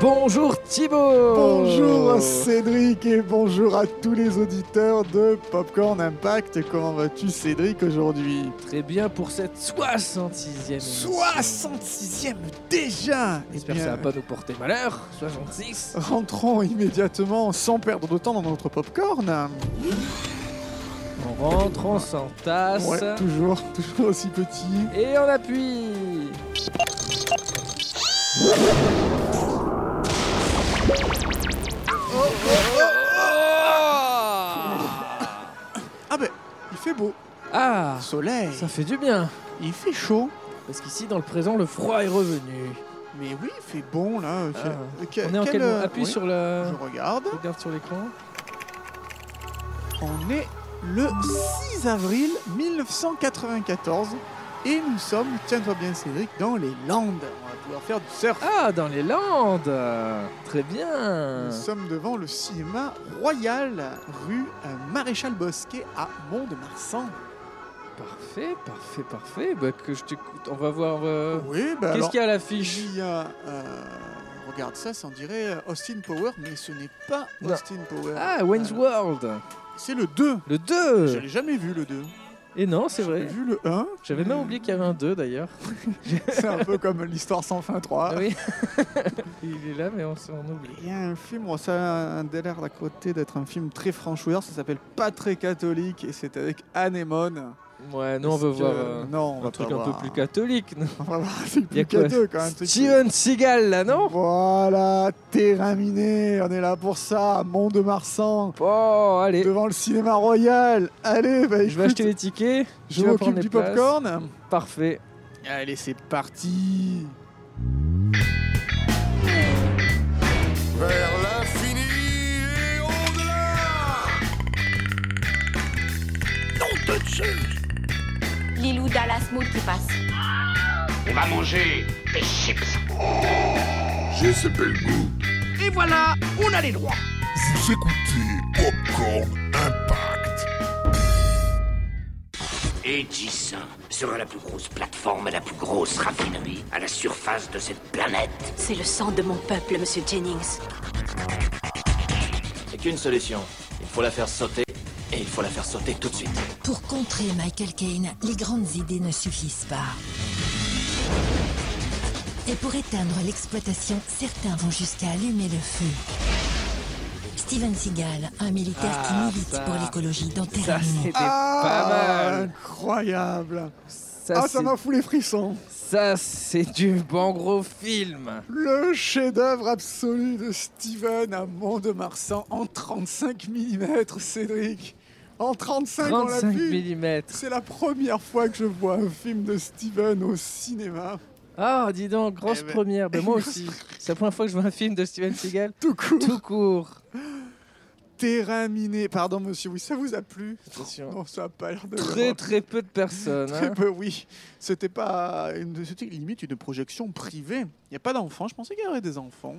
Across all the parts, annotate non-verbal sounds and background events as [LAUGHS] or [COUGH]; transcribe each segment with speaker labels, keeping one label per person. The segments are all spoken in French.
Speaker 1: Bonjour Thibaut Oh.
Speaker 2: Bonjour Cédric et bonjour à tous les auditeurs de Popcorn Impact. Comment vas-tu Cédric aujourd'hui
Speaker 1: Très bien pour cette 66e.
Speaker 2: 66e déjà Eh
Speaker 1: J'espère que
Speaker 2: bien,
Speaker 1: ça va pas nous porter malheur. 66.
Speaker 2: Rentrons immédiatement sans perdre de temps dans notre popcorn.
Speaker 1: Ah, On rentre, on s'entasse.
Speaker 2: Ouais, toujours, toujours aussi petit.
Speaker 1: et on appuie
Speaker 2: Ah ben, il fait beau.
Speaker 1: Ah
Speaker 2: Soleil.
Speaker 1: Ça fait du bien
Speaker 2: Il fait chaud.
Speaker 1: Parce qu'ici, dans le présent, le froid est revenu.
Speaker 2: Mais oui, il fait bon là.
Speaker 1: Ah.
Speaker 2: Que-
Speaker 1: on est en quel
Speaker 2: euh,
Speaker 1: Appuie
Speaker 2: oui,
Speaker 1: sur le...
Speaker 2: Je regarde.
Speaker 1: Regarde sur l'écran.
Speaker 2: On est le 6 avril 1994 et nous sommes, tiens-toi bien Cédric, dans les Landes. On va pouvoir faire du surf.
Speaker 1: Ah, dans les Landes Très bien
Speaker 2: Nous sommes devant le cinéma Royal, rue euh, Maréchal Bosquet à Mont-de-Marsan.
Speaker 1: Parfait, parfait, parfait. Bah, que je t'écoute. On va voir... euh,
Speaker 2: Oui, bah
Speaker 1: Qu'est-ce
Speaker 2: alors,
Speaker 1: qu'il y a à l'affiche
Speaker 2: il y a... euh, regarde ça, ça en dirait euh, Austin Power, mais ce n'est pas
Speaker 1: Non.
Speaker 2: Austin Power.
Speaker 1: Ah, Wayne's
Speaker 2: Euh,
Speaker 1: World Euh.
Speaker 2: C'est le 2.
Speaker 1: Le
Speaker 2: Je
Speaker 1: 2
Speaker 2: l'ai jamais vu le 2.
Speaker 1: Et non, c'est
Speaker 2: J'ai
Speaker 1: vrai.
Speaker 2: vu le 1.
Speaker 1: J'avais même oublié qu'il y avait un 2 d'ailleurs.
Speaker 2: C'est un peu comme l'histoire sans fin 3.
Speaker 1: Ah oui. [LAUGHS] Il est là, mais on s'en oublie.
Speaker 2: Il y a un film, bon, ça a un délire d'à côté d'être un film très franchouillard, ça s'appelle Pas très catholique et c'est avec Anémone.
Speaker 1: Ouais, nous on veut
Speaker 2: Parce que-
Speaker 1: voir euh,
Speaker 2: non, on
Speaker 1: un
Speaker 2: va
Speaker 1: truc
Speaker 2: pas
Speaker 1: un peu
Speaker 2: voir.
Speaker 1: plus catholique. non
Speaker 2: On va voir un truc
Speaker 1: Il y a
Speaker 2: plus
Speaker 1: quoi
Speaker 2: catheux quand même. un truc-
Speaker 1: Steven Seagal là, non
Speaker 2: Voilà, terrain miné, on est là pour ça, Mont de Marsan,
Speaker 1: Bon, allez,
Speaker 2: devant le cinéma royal. Allez, bah,
Speaker 1: je vais
Speaker 2: écoute,
Speaker 1: acheter les tickets.
Speaker 2: je
Speaker 1: tu vas prendre
Speaker 2: m'occupe
Speaker 1: les
Speaker 2: du
Speaker 1: places. Mm.
Speaker 2: popcorn.
Speaker 1: Parfait.
Speaker 2: Allez, c'est parti.
Speaker 3: vers l'infini et au-delà.
Speaker 4: Lilou Dallas Mood qui passe.
Speaker 5: On va manger des chips.
Speaker 3: Je s'appelle goût.
Speaker 5: Et voilà, on a les droits.
Speaker 3: Vous écoutez Popcorn Impact.
Speaker 5: Et Gissin sera la plus grosse plateforme et la plus grosse raffinerie à la surface de cette planète.
Speaker 4: C'est le sang de mon peuple, monsieur Jennings.
Speaker 6: C'est qu'une solution. Il faut la faire sauter, et il faut la faire sauter tout de suite.
Speaker 7: Pour contrer Michael Caine, les grandes idées ne suffisent pas. Et pour éteindre l'exploitation, certains vont jusqu'à allumer le feu. Steven Seagal, un militaire qui
Speaker 1: Ah,
Speaker 7: milite
Speaker 1: ça.
Speaker 7: pour l'écologie dans Terra
Speaker 1: Ça, c'était
Speaker 7: Nullifiée.
Speaker 2: Ah,
Speaker 1: pas mal.
Speaker 2: Incroyable.
Speaker 1: Ça,
Speaker 2: ah, ça
Speaker 1: c'est-
Speaker 2: m'a fout les frissons.
Speaker 1: ça, c'est du bon gros film.
Speaker 2: Le chef-d'œuvre absolu de Steven à Mont-de-Marsan en 35 mm, Cédric. En 35, on l'a
Speaker 1: 35
Speaker 2: vu.
Speaker 1: mm.
Speaker 2: C'est la première fois que je vois un film de Steven au cinéma.
Speaker 1: Ah, dis donc, grosse
Speaker 2: Eh ben,
Speaker 1: première. Ben, moi
Speaker 2: grosse [LAUGHS]
Speaker 1: aussi. C'est la première fois que je vois un film de Steven Seagal
Speaker 2: Tout court,
Speaker 1: tout court.
Speaker 2: terrain miné. Pardon, monsieur, oui, ça vous a plu
Speaker 1: Attention.
Speaker 2: Non, ça a pas l'air de
Speaker 1: Très très peu de personnes.
Speaker 2: Très
Speaker 1: hein.
Speaker 2: peu, oui. C'était pas. une- C'était limite une projection privée. Il n'y a pas d'enfants. Je pensais qu'il y aurait des enfants.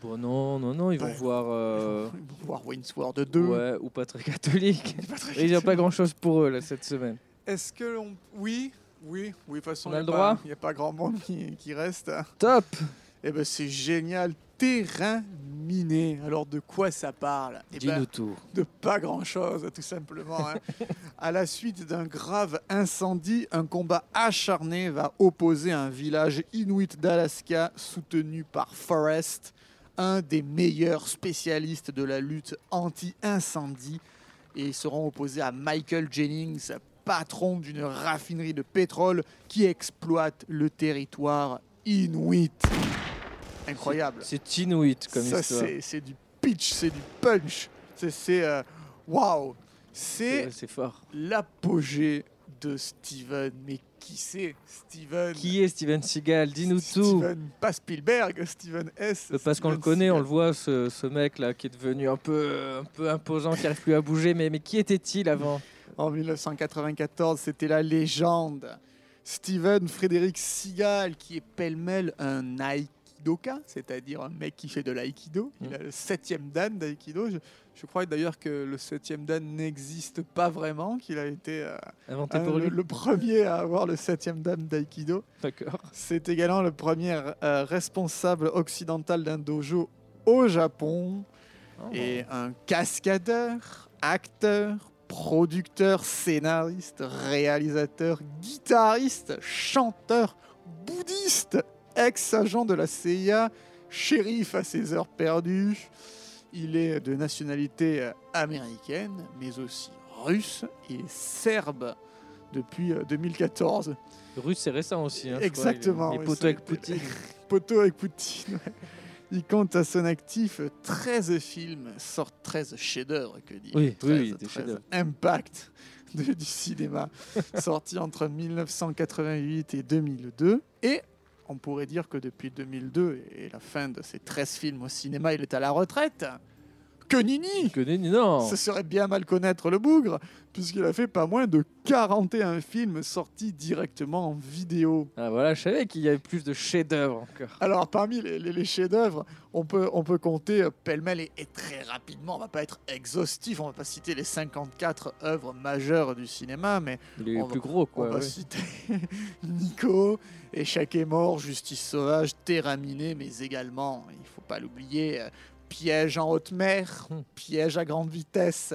Speaker 1: Bon non non non ils vont
Speaker 2: Ouais.
Speaker 1: voir euh,
Speaker 2: Ils vont voir Winsworth 2.
Speaker 1: ouais ou pas très catholique.
Speaker 2: Pas très
Speaker 1: Et il n'y a pas grand chose pour eux là cette semaine.
Speaker 2: Est-ce que l'on... Oui, oui, oui, de toute façon,
Speaker 1: On
Speaker 2: il
Speaker 1: a
Speaker 2: y
Speaker 1: le
Speaker 2: pas-
Speaker 1: droit
Speaker 2: Il n'y a pas grand monde qui, qui reste. hein.
Speaker 1: Top.
Speaker 2: Eh ben, c'est génial. Terrain miné. Alors, de quoi ça parle Eh ben,
Speaker 1: Dis-nous tout.
Speaker 2: de pas grand-chose, tout simplement. hein. à la suite d'un grave incendie, un combat acharné va opposer un village inuit d'Alaska soutenu par Forrest, un des meilleurs spécialistes de la lutte anti-incendie. Et ils seront opposés à Michael Jennings, patron d'une raffinerie de pétrole qui exploite le territoire inuit. Incroyable.
Speaker 1: C'est Inuit comme
Speaker 2: Ça,
Speaker 1: histoire.
Speaker 2: c'est, c'est du pitch, c'est du punch. C'est, c'est, euh, waouh. C'est
Speaker 1: Ouais, C'est fort.
Speaker 2: l'apogée de Steven. Mais qui c'est Steven
Speaker 1: Qui est Steven Seagal Dis-nous tout. Euh,
Speaker 2: Steven, pas Spielberg, Steven S.
Speaker 1: Parce qu'on
Speaker 2: Steven
Speaker 1: le connaît, on le
Speaker 2: Seagal.
Speaker 1: voit, ce, ce mec là qui est devenu un peu, un peu imposant, qui n'arrive plus à bouger. Mais, mais qui était-il avant
Speaker 2: En 1994, c'était la légende. Steven Frédéric Seagal, qui est pêle-mêle un Nike aikidoka, c'est-à-dire un mec qui fait de l'aïkido. Il a le septième dan d'aïkido. Je, je crois d'ailleurs que le septième dan n'existe pas vraiment, qu'il a été euh,
Speaker 1: Inventé
Speaker 2: un-
Speaker 1: pour
Speaker 2: le,
Speaker 1: lui.
Speaker 2: le premier à avoir le septième dan d'aïkido.
Speaker 1: D'accord.
Speaker 2: C'est également le premier euh, responsable occidental d'un dojo au Japon
Speaker 1: Ah,
Speaker 2: et un cascadeur, acteur, producteur, scénariste, réalisateur, guitariste, chanteur, bouddhiste, ex-agent de la CIA, shérif à ses heures perdues. Il est de nationalité euh, américaine, mais aussi russe et serbe depuis euh, 2014.
Speaker 1: Russe, c'est récent aussi. hein, je crois.
Speaker 2: Exactement,
Speaker 1: Il est- il
Speaker 2: oui,
Speaker 1: est poteau avec
Speaker 2: c'est-
Speaker 1: Poutine.
Speaker 2: poteau avec Poutine. ouais. Il compte à son actif 13 films, sort 13 chefs-d'œuvre, que dire.
Speaker 1: Oui, oui,
Speaker 2: 13,
Speaker 1: oui, des
Speaker 2: 13
Speaker 1: chefs-d'œuvre.
Speaker 2: Impact de-
Speaker 1: [LAUGHS]
Speaker 2: du cinéma, sorti entre 1988 et 2002. Et on pourrait dire que depuis 2002 et la fin de ces 13 films au cinéma, il est à la retraite. Que nini
Speaker 1: Que nenni, non
Speaker 2: ce serait bien mal connaître le bougre, puisqu'il a fait pas moins de 41 films sortis directement en vidéo.
Speaker 1: Ah voilà, je savais qu'il y avait plus de chefs-d'œuvre encore.
Speaker 2: Alors, parmi les, les- les chefs-d'œuvre, on peut, on peut compter euh, pêle-mêle et, et très rapidement. On va pas être exhaustif, on va pas citer les 54 œuvres majeures du cinéma, mais
Speaker 1: Les
Speaker 2: On va-
Speaker 1: plus gros,
Speaker 2: on
Speaker 1: quoi.
Speaker 2: va
Speaker 1: ouais.
Speaker 2: citer [LAUGHS] Nico, Échec et mort, Justice sauvage, Terraminé, mais également, il faut pas l'oublier, euh, Piège en haute mer,
Speaker 1: Hmm.
Speaker 2: Piège à grande vitesse,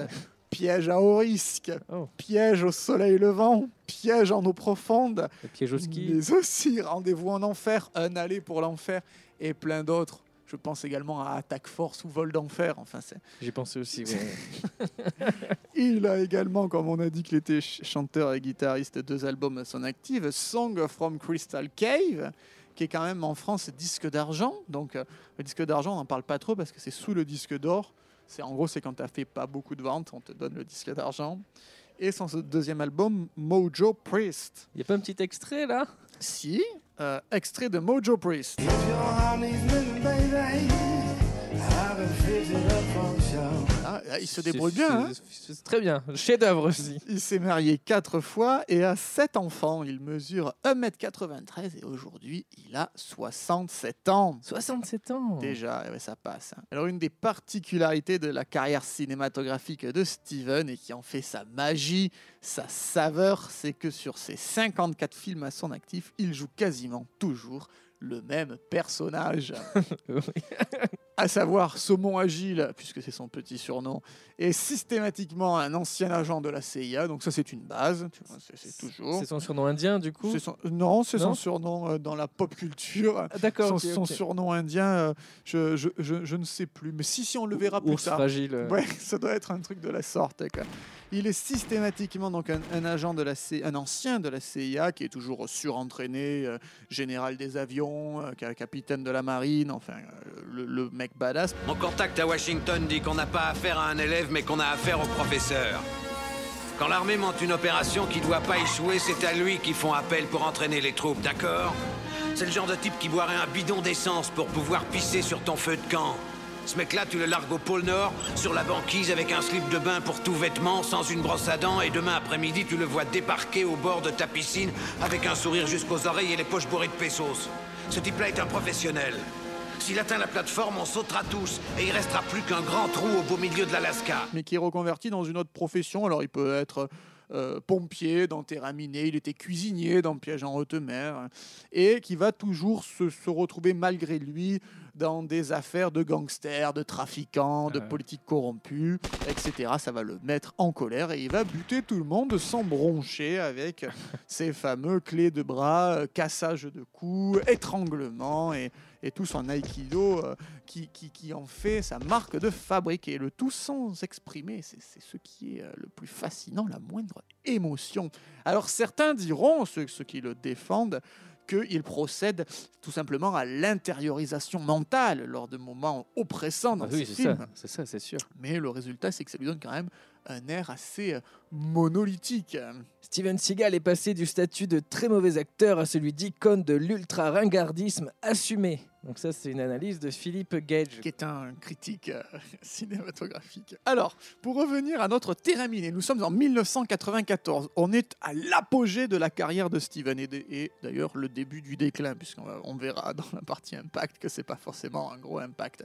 Speaker 2: Piège à haut risque,
Speaker 1: Oh.
Speaker 2: Piège au soleil levant, Piège en eau profonde,
Speaker 1: Les pièges au ski.
Speaker 2: mais aussi Rendez-vous en enfer, Un aller pour l'enfer et plein d'autres. Je pense également à Attaque Force ou Vol d'enfer. Enfin, c'est-
Speaker 1: J'y pensais aussi, ouais.
Speaker 2: il a également, comme on a dit qu'il était ch- chanteur et guitariste, deux albums à son actif Song from Crystal Cave, qui est quand même en France disque d'argent. Donc, euh, le disque d'argent, on n'en parle pas trop parce que c'est sous le disque d'or. C'est En gros, c'est quand tu fait pas beaucoup de ventes, on te donne le disque d'argent. Et son deuxième album, Mojo Priest.
Speaker 1: Il y a pas un petit extrait, là
Speaker 2: Si, euh, extrait de Mojo Priest. Ah, ah, il se débrouille
Speaker 1: C'est-
Speaker 2: bien. hein.
Speaker 1: c'est- c'est- c'est Très bien. Chef-d'œuvre aussi.
Speaker 2: il s'est marié quatre fois et a sept enfants. Il mesure 1m93 et aujourd'hui, il a 67 ans.
Speaker 1: 67 ans
Speaker 2: Déjà, eh ouais, ça passe. hein. Alors, une des particularités de la carrière cinématographique de Steven et qui en fait sa magie, sa saveur, c'est que sur ses 54 films à son actif, il joue quasiment toujours le même
Speaker 1: [LAUGHS]
Speaker 2: personnage.
Speaker 1: [LAUGHS] Oui.
Speaker 2: à savoir Saumon Agile, puisque c'est son petit surnom, est systématiquement un ancien agent de la CIA, donc ça c'est une base, tu vois, c'est c'est toujours.
Speaker 1: C'est son surnom indien, du coup
Speaker 2: C'est son- Non, c'est son
Speaker 1: Non
Speaker 2: surnom euh, dans la pop culture.
Speaker 1: Ah, D'accord,
Speaker 2: son,
Speaker 1: ok, ok.
Speaker 2: son surnom indien, euh, je, je, je, je ne sais plus, mais si, si, on le verra plus
Speaker 1: Ours
Speaker 2: tard.
Speaker 1: fragile. euh,
Speaker 2: Ouais, [LAUGHS] ça doit être un truc de la sorte. quoi. Il est systématiquement donc un, un agent de la C- un ancien de la CIA qui est toujours surentraîné, euh, général des avions, euh, ca- capitaine de la marine, enfin euh, le, le mec badass.
Speaker 8: Mon contact à Washington dit qu'on n'a pas affaire à un élève, mais qu'on a affaire au professeur. Quand l'armée monte une opération qui doit pas échouer, c'est à lui qu'ils font appel pour entraîner les troupes, d'accord C'est le genre de type qui boirait un bidon d'essence pour pouvoir pisser sur ton feu de camp. Ce mec-là, tu le largues au pôle Nord, sur la banquise avec un slip de bain pour tout vêtement, sans une brosse à dents, et demain après-midi, tu le vois débarquer au bord de ta piscine avec un sourire jusqu'aux oreilles et les poches bourrées de pesos. Ce type-là est un professionnel. S'il atteint la plateforme, on sautera tous, et il restera plus qu'un grand trou au beau milieu de l'Alaska.
Speaker 2: mais qui est reconverti dans une autre profession. Alors, il peut être euh, pompier dans Terraminé, il était cuisinier dans Piège en haute mer, et qui va toujours se, se retrouver malgré lui dans des affaires de gangsters, de trafiquants, de
Speaker 1: Ah ouais.
Speaker 2: politiques corrompus, etc. Ça va le mettre en colère et il va buter tout le monde sans broncher avec ces fameux clés de bras, euh, cassage de coups, étranglement et, et tout son aïkido euh, qui, qui, qui en fait sa marque de fabrique et le tout sans exprimer. C'est c'est ce qui est euh, le plus fascinant, la moindre émotion. Alors certains diront, ceux, ceux qui le défendent, qu'il procède tout simplement à l'intériorisation mentale lors de moments oppressants dans
Speaker 1: ah oui,
Speaker 2: ses
Speaker 1: c'est
Speaker 2: films.
Speaker 1: ça, c'est ça, c'est sûr.
Speaker 2: Mais le résultat, c'est que ça lui donne quand même un air assez euh, monolithique.
Speaker 1: Steven Seagal est passé du statut de très mauvais acteur à celui d'icône de l'ultra-ringardisme assumé. Donc ça, c'est une analyse de Philippe Gage.
Speaker 2: qui est un critique euh, [LAUGHS] cinématographique. Alors, pour revenir à notre terrain miné, nous sommes en 1994. On est à l'apogée de la carrière de Steven et, de- et d'ailleurs le début du déclin, puisqu'on va- on verra [LAUGHS] dans la partie impact que c'est pas forcément un gros impact.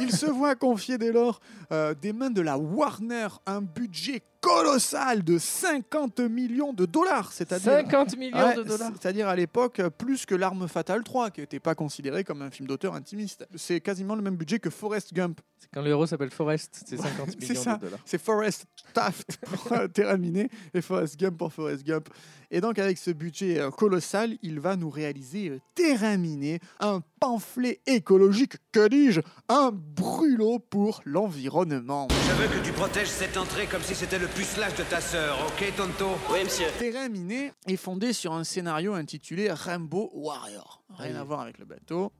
Speaker 2: Il se voit [LAUGHS] confier dès lors euh, des mains de la Warner un budget colossal de 50 millions de dollars, c'est-à-dire
Speaker 1: 50 millions
Speaker 2: Ah Ouais,
Speaker 1: de dollars.
Speaker 2: c'est- C'est-à-dire à l'époque, euh, plus que L'Arme Fatale 3, qui n'était pas considéré comme un film d'auteur intimiste. C'est quasiment le même budget que Forrest Gump.
Speaker 1: C'est quand l'euro s'appelle Forest, c'est 50
Speaker 2: c'est
Speaker 1: millions
Speaker 2: ça.
Speaker 1: de dollars.
Speaker 2: C'est Forrest Taft [LAUGHS] pour euh, Terraminé et Forrest Gump pour Forrest Gump. Et donc, avec ce budget euh, colossal, il va nous réaliser euh, Terrain Miné, un pamphlet écologique, que dis-je, un brûlot pour l'environnement.
Speaker 8: Je veux que tu protèges cette entrée comme si c'était le pucelage de ta sœur, ok, Tonto
Speaker 6: Oui, monsieur.
Speaker 2: Terrain Miné est fondé sur un scénario intitulé Rainbow Warrior. Rien à voir avec le bateau,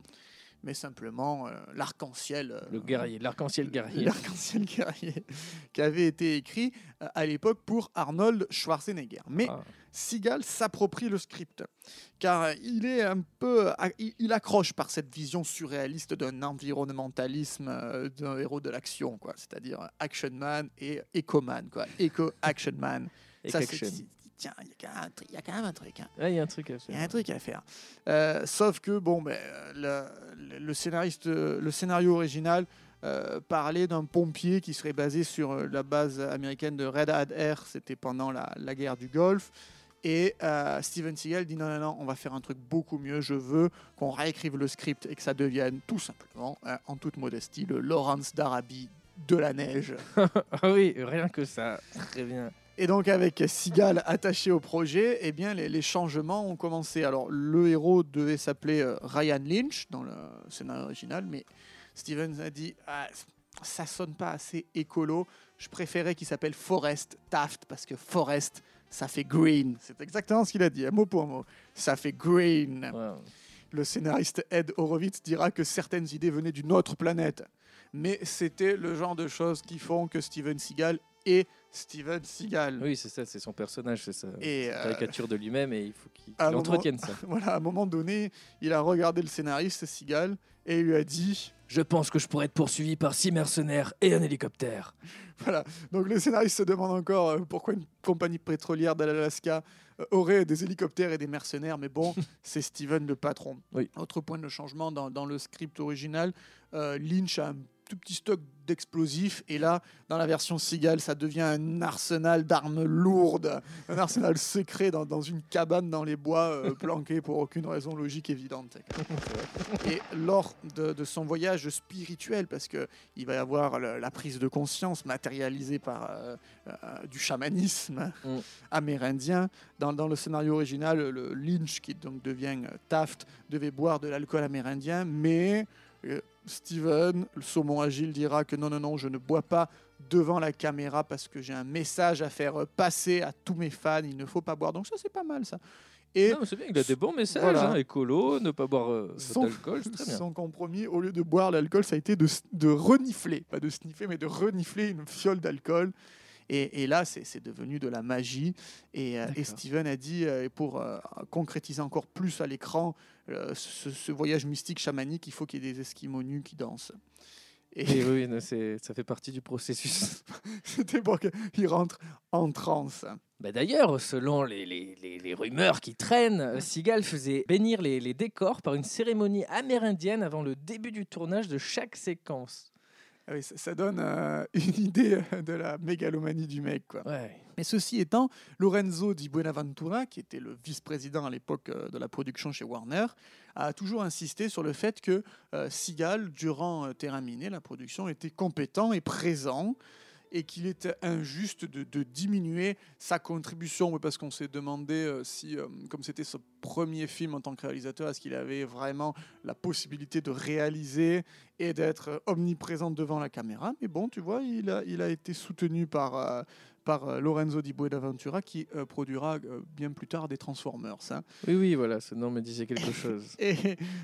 Speaker 2: mais simplement euh, l'arc-en-ciel. euh,
Speaker 1: Le guerrier, l'arc-en-ciel guerrier.
Speaker 2: L'arc-en-ciel [LAUGHS] guerrier, qui avait été écrit euh, à l'époque pour Arnold Schwarzenegger. Mais
Speaker 1: Ah.
Speaker 2: Seagal s'approprie le script, car euh, il est un peu, ah, il il accroche par cette vision surréaliste d'un environnementalisme euh, d'un héros de l'action, quoi. C'est-à-dire euh, Action Man et Eco Man, quoi. Eco Action Man.
Speaker 1: [LAUGHS] Et
Speaker 2: Ça,
Speaker 1: quelque
Speaker 2: c'est-
Speaker 1: chose.
Speaker 2: Tiens, il y a quand même un truc- il y a quand même un truc. hein.
Speaker 1: Ah, il y a un truc à
Speaker 2: Il y a un
Speaker 1: faire.
Speaker 2: truc à faire. Euh, sauf que bon, ben, le, le- le scénariste, le scénario original euh, parlait d'un pompier qui serait basé sur euh, la base américaine de Red Hat Air. C'était pendant la, la guerre du Golfe. Et euh, Steven Seagal dit non, non, non, on va faire un truc beaucoup mieux. Je veux qu'on réécrive le script et que ça devienne tout simplement, euh, en toute modestie, le Lawrence d'Arabie de la neige.
Speaker 1: Ah [LAUGHS] oui, rien que ça. Très bien.
Speaker 2: Et donc avec Seagal attaché au projet, eh bien les, les changements ont commencé. Alors le héros devait s'appeler euh, Ryan Lynch dans le scénario original, mais Stevens a dit Ah, ça sonne pas assez écolo. Je préférais qu'il s'appelle Forrest Taft parce que Forrest ça fait green. C'est exactement ce qu'il a dit, hein, mot pour mot. Ça fait green.
Speaker 1: Wow.
Speaker 2: Le scénariste Ed Horowitz dira que certaines idées venaient d'une autre planète. Mais c'était le genre de choses qui font que Steven Seagal est Steven Seagal.
Speaker 1: Oui, c'est ça, c'est son personnage, c'est ça.
Speaker 2: Et euh,
Speaker 1: Caricature de lui-même et il faut qu'il
Speaker 2: à un
Speaker 1: qu'il entretienne ça.
Speaker 2: [LAUGHS] voilà, à un moment donné, il a regardé le scénariste, Seagal, et il lui a dit. [LAUGHS]
Speaker 1: Je pense que je pourrais être poursuivi par six mercenaires et un hélicoptère.
Speaker 2: Voilà. Donc le scénariste se demande encore euh, pourquoi une compagnie pétrolière de l'Alaska euh, aurait des hélicoptères et des mercenaires,
Speaker 1: [LAUGHS]
Speaker 2: mais bon, c'est Steven le patron.
Speaker 1: Oui.
Speaker 2: Autre point de changement dans, dans le script original, euh, Lynch a un tout petit stock d'explosifs et là dans la version Seagal ça devient un arsenal d'armes lourdes un arsenal secret dans, dans une cabane dans les bois
Speaker 1: [LAUGHS]
Speaker 2: euh, planquée pour aucune raison logique évidente [LAUGHS] et lors de, de son voyage spirituel parce que il va y avoir le- la prise de conscience matérialisée par euh, euh, du chamanisme
Speaker 1: Mm.
Speaker 2: amérindien. Dans, dans le scénario original, le Lynch, qui donc devient euh, Taft, devait boire de l'alcool amérindien, mais euh, Steven, le saumon agile, dira que non, non, non, je ne bois pas devant la caméra parce que j'ai un message à faire euh, passer à tous mes fans, il ne faut pas boire. Donc ça, c'est pas mal, ça. Et
Speaker 1: Non, mais c'est bien, il a des bons messages,
Speaker 2: Voilà.
Speaker 1: hein, écolo, ne pas boire euh,
Speaker 2: Son-
Speaker 1: d'alcool, c'est très bien.
Speaker 2: Son compromis, au lieu de boire l'alcool, ça a été de, s- de renifler, pas de sniffer, mais de renifler une fiole d'alcool. Et, et là, c'est c'est devenu de la magie. Et, euh, et
Speaker 1: D'accord.
Speaker 2: Steven a dit, euh, et pour euh, concrétiser encore plus à l'écran euh, ce, ce voyage mystique chamanique, il faut qu'il y ait des Esquimaux nus qui dansent. [LAUGHS]
Speaker 1: Et
Speaker 2: Et
Speaker 1: oui, non, c'est- ça fait partie du processus.
Speaker 2: c'était pour qu'il rentre en transe.
Speaker 1: [LAUGHS] Bah D'ailleurs, selon les, les- les- les rumeurs qui traînent, euh, Seagal faisait bénir les, les décors par une cérémonie amérindienne avant le début du tournage de chaque séquence.
Speaker 2: Ah oui, ça, ça donne euh, une idée euh, de la mégalomanie du mec, quoi.
Speaker 1: Ouais.
Speaker 2: Mais ceci étant, Lorenzo Di Buenaventura, qui était le vice-président à l'époque euh, de la production chez Warner, a toujours insisté sur le fait que euh, Seagal, durant euh, Terra Minée, la production, était compétent et présent et qu'il était injuste de, de diminuer sa contribution, parce qu'on s'est demandé euh, si, euh, comme c'était son premier film en tant que réalisateur, est-ce qu'il avait vraiment la possibilité de réaliser et d'être euh, omniprésent devant la caméra. Mais bon, tu vois, il a, il a été soutenu par, euh, par euh, Lorenzo Di Buenaventura qui euh, produira euh, bien plus tard des Transformers. hein.
Speaker 1: Oui, oui, voilà, ce nom me disait quelque chose.
Speaker 2: Et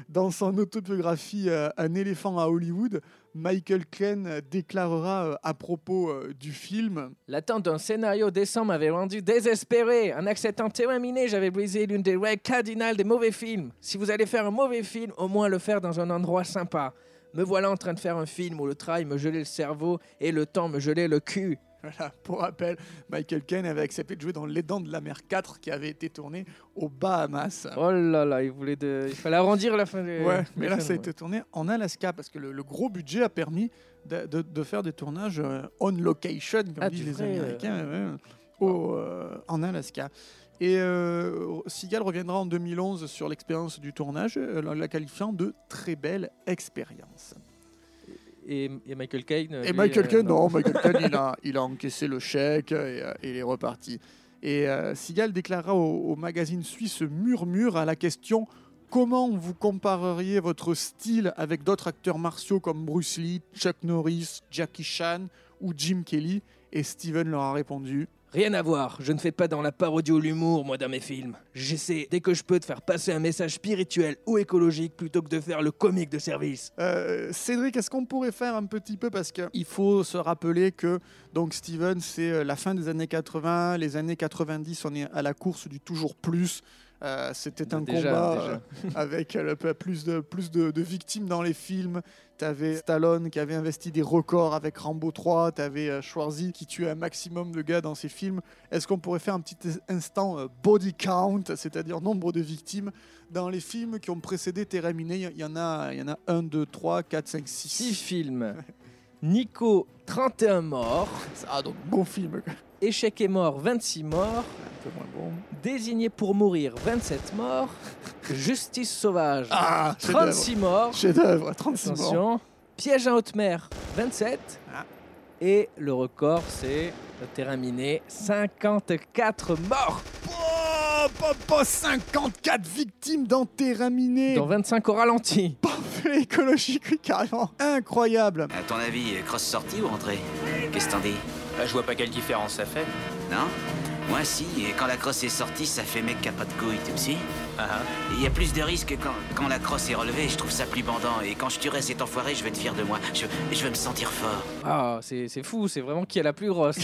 Speaker 2: dans son autobiographie euh, Un éléphant à Hollywood, Michael Caine déclarera euh, à propos euh, du film
Speaker 1: [LAUGHS]
Speaker 2: [LAUGHS]
Speaker 1: L'attente d'un scénario décent m'avait rendu désespéré. En acceptant terminé, j'avais brisé l'une des règles cardinales des mauvais films. Si vous allez faire un mauvais film, au moins le faire dans un endroit sympa. Me voilà en train de faire un film où le travail me gelait le cerveau et le temps me gelait le cul.
Speaker 2: Voilà, pour rappel, Michael Caine avait accepté de jouer dans Les Dents de la Mer 4 qui avait été tourné aux Bahamas.
Speaker 1: Oh là là, il voulait de... il fallait arrondir la fin des.
Speaker 2: Ah. Ouais, mais là,
Speaker 1: des
Speaker 2: ça a
Speaker 1: films,
Speaker 2: été tourné en Alaska parce que le, le gros budget a permis de, de- de faire des tournages euh, on location, comme
Speaker 1: Ah,
Speaker 2: disent
Speaker 1: du
Speaker 2: les
Speaker 1: vrai, euh,
Speaker 2: Américains, ouais, au, euh, en Alaska. Et euh, Seagal reviendra en 2011 sur l'expérience du tournage, euh, la- la qualifiant de très belle expérience.
Speaker 1: ouais. Et, et Michael Caine.
Speaker 2: Et
Speaker 1: lui,
Speaker 2: Michael
Speaker 1: euh,
Speaker 2: Caine, non,
Speaker 1: [LAUGHS]
Speaker 2: Michael Caine, il a, il a encaissé le chèque et, euh, et il est reparti. Et euh, Seagal déclara au, au magazine suisse Murmure à la question Comment vous compareriez votre style avec d'autres acteurs martiaux comme Bruce Lee, Chuck Norris, Jackie Chan ou Jim Kelly Et Steven leur a répondu
Speaker 1: Rien à voir, je ne fais pas dans la parodie ou l'humour, moi, dans mes films. J'essaie, dès que je peux, de faire passer un message spirituel ou écologique plutôt que de faire le comique de service.
Speaker 2: Euh, Cédric, est-ce qu'on pourrait faire un petit peu parce qu'il faut se rappeler que donc Steven, c'est euh, la fin des années 80, les années 90, on est à la course du toujours plus. Euh, C'était un
Speaker 1: Bah, Déjà,
Speaker 2: combat
Speaker 1: déjà.
Speaker 2: euh, [LAUGHS] avec euh, le peu- plus de plus de, de victimes dans les films. T'avais Stallone qui avait investi des records avec Rambo 3, t'avais euh, Schwarzy qui tuait un maximum de gars dans ses films. Est-ce qu'on pourrait faire un petit instant euh, body count, c'est-à-dire nombre de victimes dans les films qui ont précédé Terra Miné, il y en a, il y en a 1, 2, 3, 4, 5, 6. [LAUGHS]
Speaker 1: Six films. Nico, 31 morts.
Speaker 2: Ah, donc bon film. quoi.
Speaker 1: Échec et mort, 26 morts.
Speaker 2: Un peu moins bon.
Speaker 1: Désigné pour mourir, 27
Speaker 2: [LAUGHS]
Speaker 1: morts. Justice sauvage,
Speaker 2: Ah, chef-d'œuvre.
Speaker 1: 36 morts.
Speaker 2: Chef-d'œuvre, 36 morts.
Speaker 1: Attention. Piège en haute mer, 27.
Speaker 2: Ah.
Speaker 1: Et le record, c'est le terrain miné, 54 morts
Speaker 2: Oh, pop, pop, 54 victimes dans Terra Miné.
Speaker 1: dans 25 au ralenti.
Speaker 2: Parfait [LAUGHS] écologique, oui, carrément. Incroyable.
Speaker 6: À ton avis, cross sortie ou rentrée Qu'est-ce que t'en dis
Speaker 5: Bah, je vois pas quelle différence ça fait.
Speaker 6: Non Moi, si, et quand la crosse est sortie, ça fait mec qui a pas de couilles, tu sais
Speaker 5: Ah
Speaker 6: Il y a plus de risques quand, quand la crosse est relevée, je trouve ça plus bandant, et quand je tuerai cet enfoiré, je vais être fier de moi, je, je vais me sentir fort.
Speaker 1: Ah, c'est c'est fou, c'est vraiment qui est la plus grosse.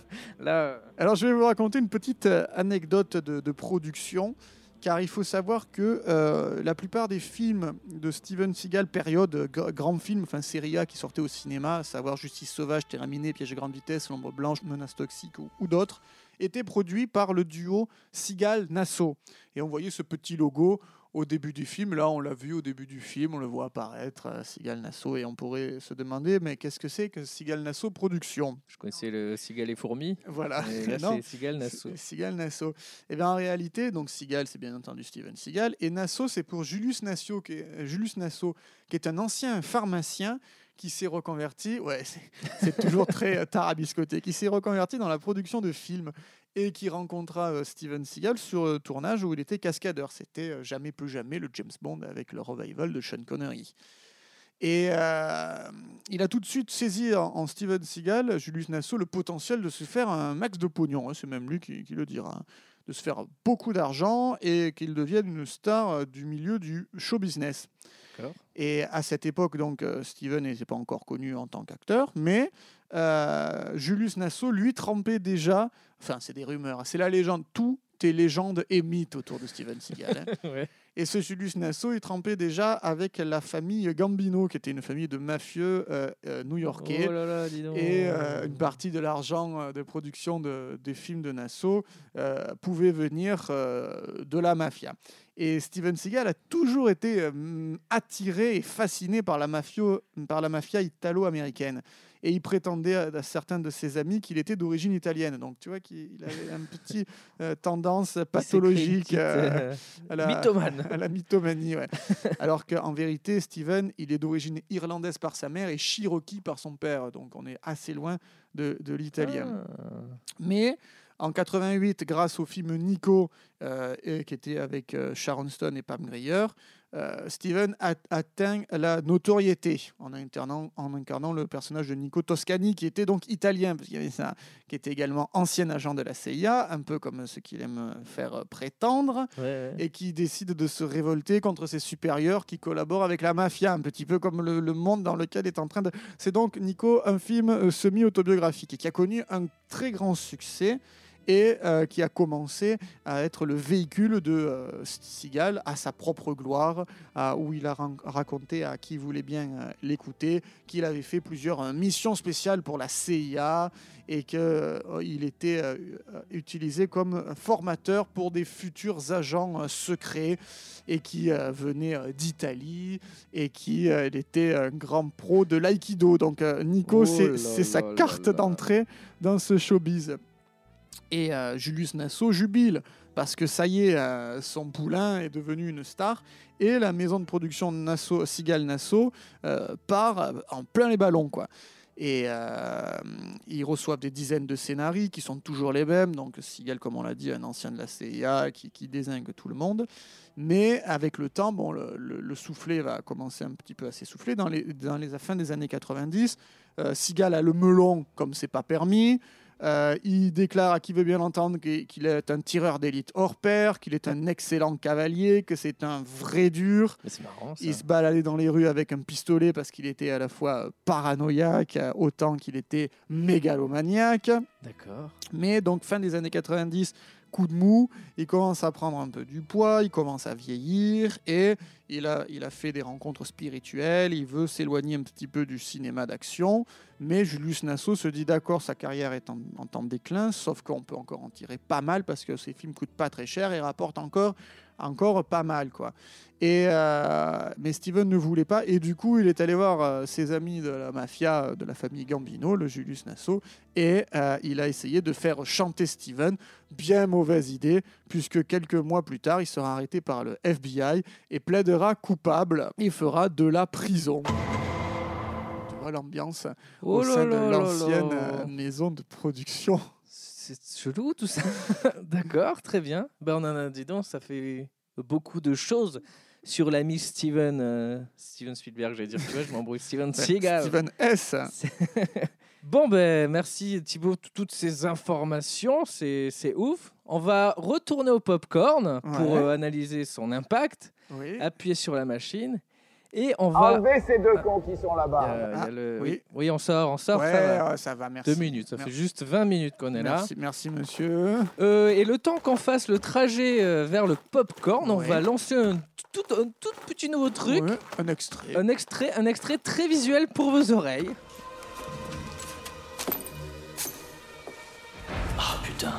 Speaker 1: [LAUGHS] Là,
Speaker 2: Alors, je vais vous raconter une petite euh, anecdote de, de production, car il faut savoir que euh, la plupart des films de Steven Seagal, période euh, gr- grand film, enfin série A qui sortait au cinéma, à savoir Justice Sauvage, Terrain Miné, Piège à grande vitesse, L'ombre blanche, Menace toxique ou, ou d'autres, étaient produits par le duo Seagal-Nassau. Et on voyait ce petit logo. Au début du film, là on l'a vu au début du film, on le voit apparaître, euh, Seagal Nassau, et on pourrait se demander, mais qu'est-ce que c'est que Seagal Nassau Production
Speaker 1: je connaissais le cigale et fourmi.
Speaker 2: Voilà.
Speaker 1: mais là,
Speaker 2: [LAUGHS] Non.
Speaker 1: c'est cigale Nassau.
Speaker 2: C'est Seagal Nassau. Et bien en réalité, donc Seagal, c'est bien entendu Steven Seagal, et Nassau, c'est pour Julius Nassau, qui est, euh, Julius Nassau, qui est un ancien pharmacien qui s'est reconverti, ouais, c'est- [LAUGHS] c'est toujours très euh, tarabiscoté, qui s'est reconverti dans la production de films et qui rencontra euh, Steven Seagal sur euh, tournage où il était cascadeur. C'était euh, jamais plus jamais le James Bond avec le revival de Sean Connery. Et euh, il a tout de suite saisi en, en Steven Seagal, Julius Nassau, le potentiel de se faire un max de pognon. hein, C'est même lui qui, qui le dira. hein, De se faire beaucoup d'argent et qu'il devienne une star euh, du milieu du show business.
Speaker 1: D'accord.
Speaker 2: Et à cette époque, donc, euh, Steven n'était pas encore connu en tant qu'acteur, mais euh, Julius Nassau, lui, trempait déjà. Enfin, c'est des rumeurs, hein, c'est la légende. Tout est légende et mythe autour de Steven Seagal. hein.
Speaker 1: Ouais.
Speaker 2: Et ce Julius Nassau, il trempait déjà avec la famille Gambino, qui était une famille de mafieux euh, euh, new-yorkais.
Speaker 1: Oh là là, dis donc.
Speaker 2: Et euh, une partie de l'argent euh, de production de- des films de Nassau euh, pouvait venir euh, de la mafia. Et Steven Seagal a toujours été euh, attiré et fasciné par la, mafio- par la mafia italo-américaine. Et il prétendait à, à certains de ses amis qu'il était d'origine italienne. Donc tu vois qu'il il avait un petit euh,
Speaker 1: Il s'est
Speaker 2: tendance
Speaker 1: créé une
Speaker 2: pathologique
Speaker 1: petite,
Speaker 2: euh,
Speaker 1: [LAUGHS] euh,
Speaker 2: à la-
Speaker 1: mythomane.
Speaker 2: [LAUGHS] à la
Speaker 1: [LAUGHS]
Speaker 2: mythomanie, ouais. Alors qu'en vérité, Steven, il est d'origine irlandaise par sa mère et Cherokee par son père. Donc on est assez loin de, de l'italien.
Speaker 1: Ah.
Speaker 2: Mais en 88, grâce au film Nico euh, et qui était avec euh, Sharon Stone et Pam Grier, euh, Steven a atteint la notoriété en incarnant, en incarnant le personnage de Nico Toscani, qui était donc italien, parce qu'il y avait ça, qui était également ancien agent de la CIA, un peu comme ce qu'il aime faire euh, prétendre,
Speaker 1: Euh.
Speaker 2: et qui décide de se révolter contre ses supérieurs qui collaborent avec la mafia, un petit peu comme le, le monde dans lequel est en train de... C'est donc, Nico, un film euh, semi-autobiographique et qui a connu un très grand succès et euh, qui a commencé à être le véhicule de euh, Seagal à sa propre gloire, à- où il a ran- raconté à qui voulait bien euh, l'écouter qu'il avait fait plusieurs euh, missions spéciales pour la CIA et qu'il était euh, euh, utilisé comme formateur pour des futurs agents euh, secrets et qui euh, venait euh, d'Italie et qui euh, il était un grand pro de l'aïkido. Donc euh, Nico,
Speaker 1: Oh
Speaker 2: c'est
Speaker 1: là
Speaker 2: c'est sa
Speaker 1: là
Speaker 2: carte
Speaker 1: là.
Speaker 2: d'entrée dans ce showbiz. Et euh, Julius Nassau jubile parce que ça y est, euh, son poulain est devenu une star et la maison de production Nassau, Sigal Nassau euh, part euh, en plein les ballons quoi. Et euh, ils reçoivent des dizaines de scénarii qui sont toujours les mêmes. Donc Sigal, comme on l'a dit, un ancien de la CIA qui, qui désingue tout le monde. Mais avec le temps, bon, le, le- le soufflet va commencer un petit peu à s'essouffler. Dans les, dans les fins des années 90, euh, Seagal a le melon comme c'est pas permis. Euh, il déclare à qui veut bien l'entendre qu'il qu'il est un tireur d'élite hors pair, qu'il est un excellent cavalier, que c'est un vrai dur,
Speaker 1: Mais c'est marrant, ça.
Speaker 2: il se baladait dans les rues avec un pistolet parce qu'il était à la fois euh, paranoïaque, euh, autant qu'il était mégalomaniaque.
Speaker 1: D'accord.
Speaker 2: Mais donc, fin des années 90, coup de mou, il commence à prendre un peu du poids, il commence à vieillir et il a, il a fait des rencontres spirituelles, il veut s'éloigner un petit peu du cinéma d'action. Mais Julius Nassau se dit d'accord, sa carrière est en, en temps de déclin, sauf qu'on peut encore en tirer pas mal parce que ses films coûtent pas très cher et rapportent encore, encore pas mal. quoi. Et, euh, mais Steven ne voulait pas et du coup, il est allé voir euh, ses amis de la mafia, euh, de la famille Gambino, le Julius Nassau, et euh, il a essayé de faire chanter Steven. Bien mauvaise idée, puisque quelques mois plus tard, il sera arrêté par le FBI et plaidera coupable et fera de la prison. Tu vois l'ambiance au
Speaker 1: Oh
Speaker 2: sein de l'ancienne euh, maison
Speaker 1: [LAUGHS]
Speaker 2: de production.
Speaker 1: C'est chelou tout ça. [LAUGHS] D'accord, très bien. Ben, on en a dit donc, ça fait beaucoup de choses sur l'ami Steven, euh, Steven Spielberg, j'allais dire, tu vois, je m'embrouille,
Speaker 2: [LAUGHS]
Speaker 1: Steven Seagal.
Speaker 2: Steven S.
Speaker 1: Bon, ben merci Thibaut, t- toutes ces informations, c'est c'est ouf. On va retourner au popcorn pour
Speaker 2: Ouais.
Speaker 1: euh, analyser son impact,
Speaker 2: Oui.
Speaker 1: appuyer sur la machine et
Speaker 9: Bah,
Speaker 1: on va.
Speaker 10: ces deux cons qui sont là-bas.
Speaker 1: Euh, il y a
Speaker 2: Ah,
Speaker 1: le-
Speaker 2: oui.
Speaker 1: oui. oui, on sort, on sort.
Speaker 2: Ouais,
Speaker 1: ça va.
Speaker 2: euh, ça va, merci.
Speaker 1: Deux minutes, ça
Speaker 2: Merci.
Speaker 1: fait juste 20 minutes qu'on est là.
Speaker 2: Merci, merci monsieur.
Speaker 1: Euh, et le temps qu'on fasse le trajet euh, vers le popcorn, on
Speaker 2: Ouais.
Speaker 1: va lancer un tout, un tout petit nouveau truc,
Speaker 2: Ouais, un extrait. [LAUGHS]
Speaker 1: un, extrait, un extrait très visuel pour vos oreilles.
Speaker 6: Ah putain.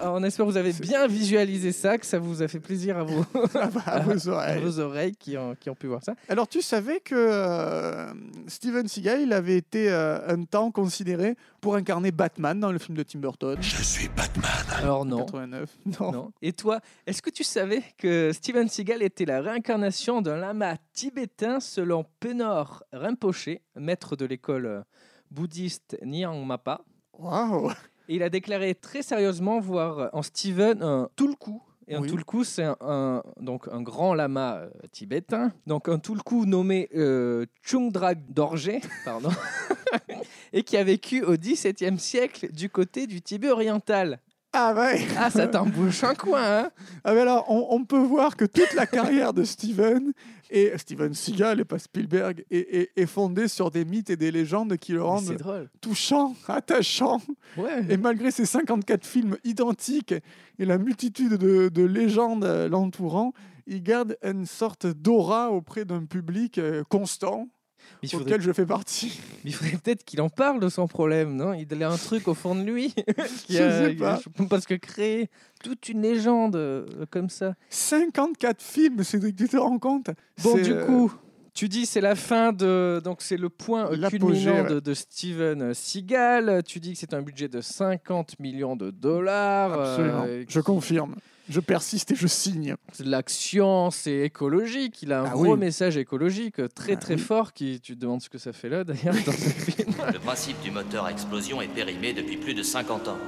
Speaker 1: Ah, On espère que vous avez bien visualisé ça, que ça vous a fait plaisir à vos,
Speaker 2: Ah bah,
Speaker 1: [LAUGHS]
Speaker 2: à vos
Speaker 1: à
Speaker 2: oreilles.
Speaker 1: vos oreilles qui ont, qui ont pu voir ça.
Speaker 2: Alors, tu savais que euh, Steven Seagal il avait été euh, un temps considéré pour incarner Batman dans le film de Tim Burton
Speaker 3: Je suis Batman.
Speaker 1: Alors non.
Speaker 2: 89. Non.
Speaker 1: non. Et toi, est-ce que tu savais que Steven Seagal était la réincarnation d'un lama tibétain selon Penor Rinpoche, maître de l'école euh, bouddhiste Nyang Mapa
Speaker 2: Waouh
Speaker 1: Et il a déclaré très sérieusement voir euh, en Steven un tulku. Et un
Speaker 2: Oui.
Speaker 1: tulku, c'est un, un- donc un grand lama euh, tibétain. Donc un tulku nommé euh, Chungdra Dorje, [LAUGHS] pardon, et qui a vécu au XVIIe siècle du côté du Tibet oriental.
Speaker 2: Ah ouais
Speaker 1: Ah, ça t'embouche un coin, hein
Speaker 2: Ah ben alors, on, on peut voir que toute la carrière de Steven, et Steven Seagal et pas Spielberg, est, est- est fondée sur des mythes et des légendes qui le
Speaker 1: Mais C'est
Speaker 2: rendent
Speaker 1: drôle.
Speaker 2: touchant, attachant.
Speaker 1: Ouais.
Speaker 2: Et malgré ses 54 films identiques et la multitude de, de légendes euh, l'entourant, il garde une sorte d'aura auprès d'un public euh, constant,
Speaker 1: Il faudrait,
Speaker 2: auquel je fais partie.
Speaker 1: il faudrait peut-être qu'il en parle de son problème, non Il a un truc au fond de lui. [LAUGHS] qui
Speaker 2: Je
Speaker 1: a-
Speaker 2: sais pas.
Speaker 1: Parce que créer toute une légende euh, comme ça.
Speaker 2: 54 films, c'est tu te rends compte
Speaker 1: Bon,
Speaker 2: C'est,
Speaker 1: du
Speaker 2: euh,
Speaker 1: coup, Tu dis c'est la fin de donc c'est le point euh,
Speaker 2: L'apogée,
Speaker 1: culminant
Speaker 2: ouais.
Speaker 1: de, de Steven Seagal. Tu dis que c'est un budget de 50 millions de dollars. euh,
Speaker 2: Absolument.
Speaker 1: et
Speaker 2: Je
Speaker 1: qui-
Speaker 2: confirme. Je persiste et je signe.
Speaker 1: c'est de l'action, c'est écologique. Il a un
Speaker 2: Ah
Speaker 1: gros
Speaker 2: oui.
Speaker 1: message écologique euh, très
Speaker 2: Ah
Speaker 1: très
Speaker 2: oui.
Speaker 1: fort. Qui tu te demandes ce que ça fait là d'ailleurs dans
Speaker 2: [LAUGHS]
Speaker 1: ce film.
Speaker 9: Le principe du moteur à explosion est périmé depuis plus de 50 ans.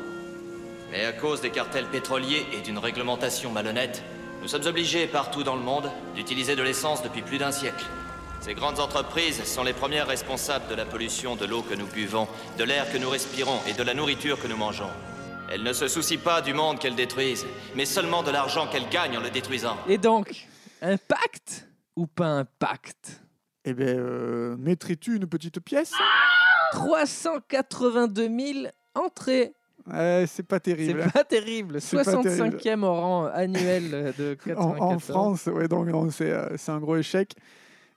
Speaker 9: Mais à cause des cartels pétroliers et d'une réglementation malhonnête, nous sommes obligés partout dans le monde d'utiliser de l'essence depuis plus d'un siècle. Ces grandes entreprises sont les premières responsables de la pollution de l'eau que nous buvons, de l'air que nous respirons et de la nourriture que nous mangeons. Elles ne se soucient pas du monde qu'elles détruisent, mais seulement de l'argent qu'elles gagnent en le détruisant.
Speaker 1: Et donc un pacte ou pas un pacte
Speaker 2: Eh bien, euh, mettrais-tu une petite pièce
Speaker 1: 382 000 entrées.
Speaker 2: Ouais, Eh, C'est pas
Speaker 1: C'est
Speaker 2: terrible.
Speaker 1: pas terrible.
Speaker 2: C'est pas terrible.
Speaker 1: 65e au rang annuel euh, de
Speaker 2: En,
Speaker 1: 94.
Speaker 2: en France, ouais, donc non, c'est euh, c'est un gros échec.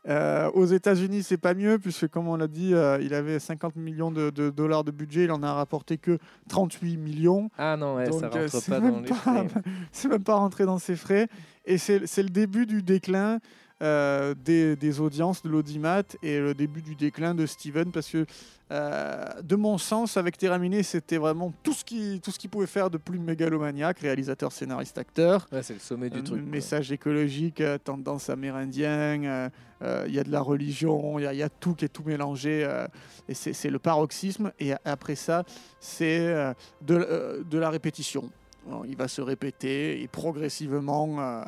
Speaker 2: Euh, aux États-Unis, c'est pas mieux, puisque comme on l'a dit, euh, il avait 50 millions de, de dollars de budget, il en a rapporté que 38 millions.
Speaker 1: Ah non, ouais, ça
Speaker 2: Donc, euh,
Speaker 1: rentre
Speaker 2: c'est
Speaker 1: pas
Speaker 2: même
Speaker 1: dans les
Speaker 2: pas-
Speaker 1: frais.
Speaker 2: C'est même pas rentré dans ses frais. Et c'est c'est le début du déclin euh, des, des audiences de l'audimat et le début du déclin de Steven, parce que euh, de mon sens, avec Terraminé, c'était vraiment tout ce qui tout ce qu'il pouvait faire de plus mégalomaniaque, réalisateur, scénariste, acteur.
Speaker 1: Ouais, c'est le sommet du
Speaker 2: Un
Speaker 1: truc. quoi.
Speaker 2: Message écologique, euh, tendance amérindienne, euh, euh, il y a de la religion, il y, a- il y a tout qui est tout mélangé. euh, et c'est c'est le paroxysme. Et a- après ça, c'est euh, de, l- euh, de la répétition. Alors, il va se répéter et progressivement euh,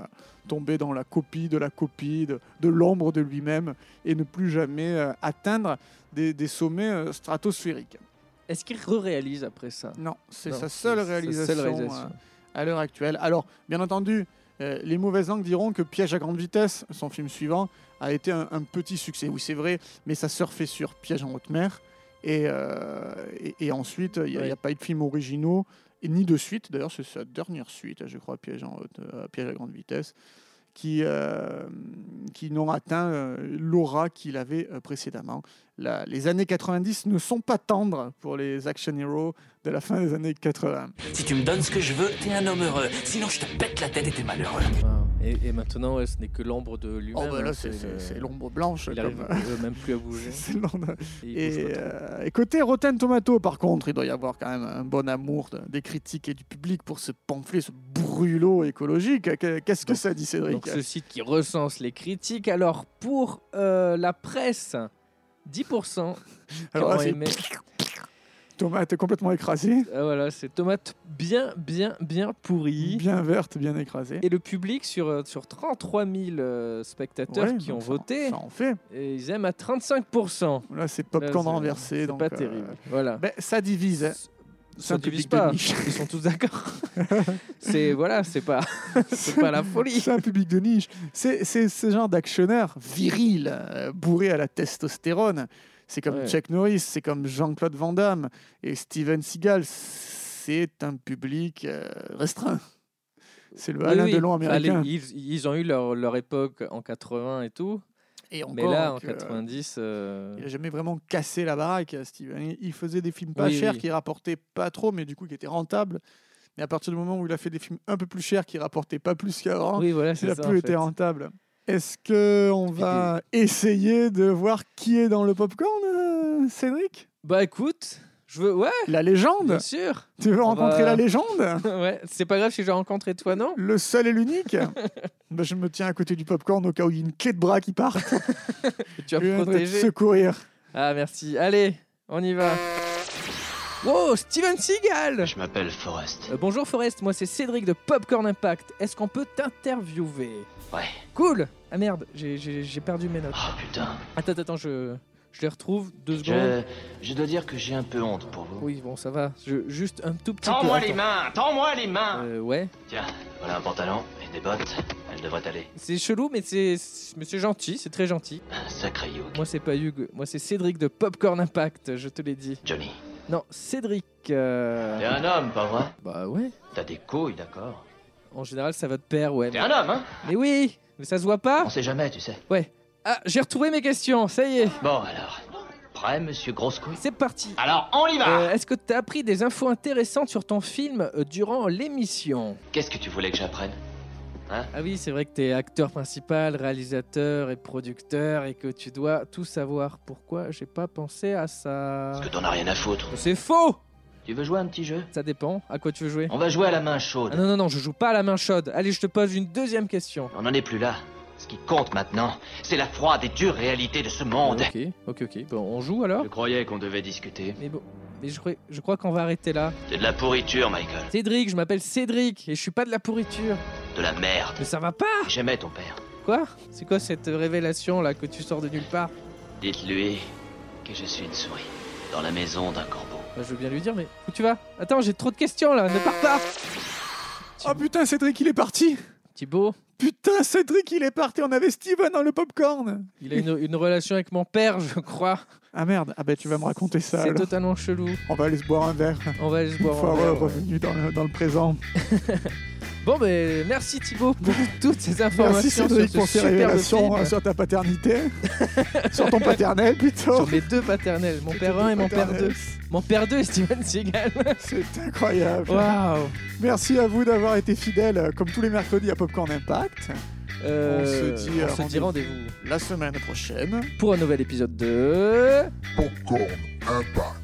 Speaker 2: tomber dans la copie de la copie, de, de l'ombre de lui-même et ne plus jamais euh, atteindre des, des sommets euh, stratosphériques.
Speaker 1: Est-ce qu'il re-réalise après ça
Speaker 2: Non, c'est
Speaker 1: Non,
Speaker 2: sa seule
Speaker 1: c'est- c'est
Speaker 2: réalisation.
Speaker 1: seule
Speaker 2: euh,
Speaker 1: réalisation.
Speaker 2: à l'heure actuelle. Alors, bien entendu, euh, les mauvaises langues diront que Piège à grande vitesse, son film suivant, a été un, un petit succès. Oui, c'est vrai, mais ça surfait sur Piège en haute mer. Et, euh, et, et ensuite, il n'y a,
Speaker 1: Oui.
Speaker 2: il y a pas eu de films originaux, et ni de suite. D'ailleurs, c'est sa dernière suite, je crois, Piège, en haute, euh, Piège à grande vitesse, qui, euh, qui n'ont atteint euh, l'aura qu'il avait euh, précédemment. La- les années 90 ne sont pas tendres pour les action heroes de la fin des années 80.
Speaker 5: Si tu me donnes ce que je veux, t'es un homme heureux. Sinon, je te pète la tête et t'es malheureux.
Speaker 1: Ah, Et, et maintenant, ouais, ce n'est que l'ombre de
Speaker 2: Oh
Speaker 1: lui-même.
Speaker 2: bah là,
Speaker 1: hein,
Speaker 2: c'est- c'est
Speaker 1: le-
Speaker 2: c'est l'ombre blanche.
Speaker 1: Il
Speaker 2: comme- [LAUGHS]
Speaker 1: arrive euh, même plus à bouger.
Speaker 2: c'est l'ombre.
Speaker 1: Et il bouge
Speaker 2: Et,
Speaker 1: pas trop.
Speaker 2: euh, et côté Rotten Tomato, par contre, il doit y avoir quand même un bon amour de- des critiques et du public pour ce pamphlet, ce brûlot écologique. Que- Qu'est-ce que
Speaker 1: Donc-
Speaker 2: ça dit, Cédric
Speaker 1: Donc, ce site qui recense les critiques. Alors, pour euh, la presse, 10%
Speaker 2: Alors
Speaker 1: qui
Speaker 2: là,
Speaker 1: ont
Speaker 2: c'est
Speaker 1: aimé.
Speaker 2: tomate complètement écrasée,
Speaker 1: Ah, voilà, c'est tomate bien, bien, bien pourrie.
Speaker 2: bien verte, bien écrasée.
Speaker 1: Et le public, sur, euh, sur 33 000 euh, spectateurs
Speaker 2: Ouais,
Speaker 1: qui
Speaker 2: donc
Speaker 1: ont
Speaker 2: ça-
Speaker 1: voté,
Speaker 2: Ça en fait.
Speaker 1: et ils aiment à 35%.
Speaker 2: Là, c'est
Speaker 1: Là,
Speaker 2: popcorn
Speaker 1: c'est-
Speaker 2: renversé.
Speaker 1: C'est
Speaker 2: donc,
Speaker 1: pas
Speaker 2: euh,
Speaker 1: terrible. Voilà.
Speaker 2: ben, ça divise. hein.
Speaker 1: ça
Speaker 2: un
Speaker 1: ne divise
Speaker 2: public de
Speaker 1: pas.
Speaker 2: niche.
Speaker 1: Ils sont tous
Speaker 2: [LAUGHS]
Speaker 1: d'accord. c'est voilà, c'est pas, [LAUGHS] c'est pas la folie.
Speaker 2: [LAUGHS] C'est un public de niche. C'est c'est ce genre d'actionneur viril, euh, bourré à la testostérone. C'est comme
Speaker 1: Ouais.
Speaker 2: Chuck Norris, c'est comme Jean-Claude Van Damme et Steven Seagal. C'est un public euh, restreint. C'est le
Speaker 1: Oui,
Speaker 2: Alain
Speaker 1: oui.
Speaker 2: Delon
Speaker 1: Enfin,
Speaker 2: américain.
Speaker 1: les- ils, ils ont eu leur, leur époque en 80 et tout,
Speaker 2: et encore,
Speaker 1: mais là en
Speaker 2: que,
Speaker 1: 90, euh,
Speaker 2: il n'a jamais vraiment cassé la baraque, euh, Steven. Il faisait des films pas
Speaker 1: Oui,
Speaker 2: chers
Speaker 1: oui.
Speaker 2: qui rapportaient pas trop, mais du coup qui étaient rentables. Mais à partir du moment où il a fait des films un peu plus chers qui rapportaient pas plus qu'avant,
Speaker 1: oui voilà,
Speaker 2: Hein. Il
Speaker 1: c'est
Speaker 2: n'a
Speaker 1: ça.
Speaker 2: plus
Speaker 1: en
Speaker 2: été
Speaker 1: fait.
Speaker 2: rentable. Est-ce que on va essayer de voir qui est dans le popcorn, euh, Cédric
Speaker 1: Bah écoute, je veux, ouais,
Speaker 2: La légende
Speaker 1: bien sûr.
Speaker 2: Tu veux
Speaker 1: On
Speaker 2: rencontrer
Speaker 1: va-
Speaker 2: la légende
Speaker 1: [LAUGHS] ouais, c'est pas grave si j'ai rencontré toi non.
Speaker 2: Le seul
Speaker 1: [LAUGHS]
Speaker 2: et l'unique Bah, Je me tiens à côté du popcorn au cas où il y a une clé de bras qui part.
Speaker 1: Tu vas
Speaker 2: Je
Speaker 1: me
Speaker 2: viendrai te
Speaker 1: protéger.
Speaker 2: secourir.
Speaker 1: Ah merci. Allez, on y va. Wow, Steven Seagal.
Speaker 9: Je m'appelle Forrest.
Speaker 1: Euh, bonjour Forest, moi c'est Cédric de Popcorn Impact. Est-ce qu'on peut t'interviewer
Speaker 9: Ouais.
Speaker 1: Cool. Ah merde, j'ai- j'ai j'ai perdu mes notes.
Speaker 9: Oh putain.
Speaker 1: Attends, attends, je, je les retrouve deux secondes.
Speaker 9: Je, je dois dire que j'ai un peu honte pour vous.
Speaker 1: Oui, bon, ça va. Je, juste un tout petit peu.
Speaker 9: Tends-moi les
Speaker 1: attends.
Speaker 9: mains Tends-moi les mains
Speaker 1: Euh, ouais.
Speaker 9: Tiens, voilà un pantalon et des bottes. Elles devraient aller.
Speaker 1: C'est chelou, mais c'est mais c'est gentil, c'est très gentil.
Speaker 9: Un sacré yoke.
Speaker 1: Moi, c'est pas Hugues, moi, c'est Cédric de Popcorn Impact, je te l'ai dit.
Speaker 9: Johnny,
Speaker 1: Non, Cédric. euh,
Speaker 9: t'es un homme, pas vrai
Speaker 1: Bah ouais.
Speaker 9: T'as des couilles, d'accord
Speaker 1: En général, ça va de pair, ouais.
Speaker 9: T'es
Speaker 1: Mais,
Speaker 9: un homme, hein
Speaker 1: mais oui, mais ça se voit
Speaker 9: On
Speaker 1: pas
Speaker 9: sait jamais, tu sais.
Speaker 1: Ouais. Ah, j'ai retrouvé mes questions, ça y est.
Speaker 9: Bon, alors. Prêt, monsieur Grosse Couille
Speaker 1: C'est parti.
Speaker 9: Alors, on y va
Speaker 1: Euh, Est-ce que t'as appris des infos intéressantes sur ton film euh, durant l'émission
Speaker 9: Qu'est-ce que tu voulais que j'apprenne Hein
Speaker 1: Ah oui, c'est vrai que tu es acteur principal, réalisateur et producteur et que tu dois tout savoir. Pourquoi j'ai pas pensé à ça
Speaker 9: Parce que t'en as rien à foutre.
Speaker 1: C'est faux
Speaker 9: Tu veux jouer à un petit jeu
Speaker 1: Ça dépend. À quoi tu veux jouer
Speaker 9: On va jouer à la main chaude.
Speaker 1: Ah non, non, non, je joue pas à la main chaude. Allez, je te pose une deuxième question.
Speaker 9: On n'en est plus là. Ce qui compte maintenant, c'est la froide et dure réalité de ce monde.
Speaker 1: Ok, ok, ok. Bon, on joue alors
Speaker 9: Je croyais qu'on devait discuter.
Speaker 1: Mais bon, mais je, crois- je crois qu'on va arrêter là.
Speaker 9: C'est de la pourriture, Michael.
Speaker 1: Cédric, je m'appelle Cédric et je suis pas de la pourriture.
Speaker 9: De la merde.
Speaker 1: Mais ça va pas
Speaker 9: J'aimais ton père.
Speaker 1: Quoi C'est quoi cette révélation là que tu sors de nulle part
Speaker 9: Dites-lui que je suis une souris. Dans la maison d'un corbeau.
Speaker 1: Bah, Je veux bien lui dire, mais où tu vas Attends, j'ai trop de questions là, ne pars pas
Speaker 2: Oh putain, Cédric, il est parti
Speaker 1: Thibaut,
Speaker 2: Putain, Cédric, il est parti On avait Steven dans le popcorn
Speaker 1: il a une, une relation avec mon père, je crois.
Speaker 2: Ah merde, ah bah tu vas me raconter ça.
Speaker 1: C'est
Speaker 2: alors.
Speaker 1: totalement chelou.
Speaker 2: On va aller se boire un verre.
Speaker 1: On va aller se
Speaker 2: Une
Speaker 1: boire
Speaker 2: fois
Speaker 1: un verre, ouais.
Speaker 2: revenu dans le, dans le présent.
Speaker 1: Bon, ben merci Thibaut
Speaker 2: [LAUGHS]
Speaker 1: pour toutes ces
Speaker 2: Merci
Speaker 1: informations
Speaker 2: Cédric
Speaker 1: sur
Speaker 2: pour
Speaker 1: ce
Speaker 2: ces
Speaker 1: superbe
Speaker 2: révélations
Speaker 1: film.
Speaker 2: euh, sur ta paternité, [LAUGHS] sur ton paternel plutôt.
Speaker 1: Sur mes deux paternels, mon père 1 et mon père 2. Mon père 2 est Steven Seagal.
Speaker 2: C'est [LAUGHS] incroyable.
Speaker 1: Waouh
Speaker 2: Merci à vous d'avoir été fidèles, euh, comme tous les mercredis à Popcorn Impact.
Speaker 1: Euh,
Speaker 2: se dit, euh,
Speaker 1: on se dit rendez-vous
Speaker 2: La semaine prochaine.
Speaker 1: pour un nouvel épisode de...
Speaker 3: Popcorn Impact.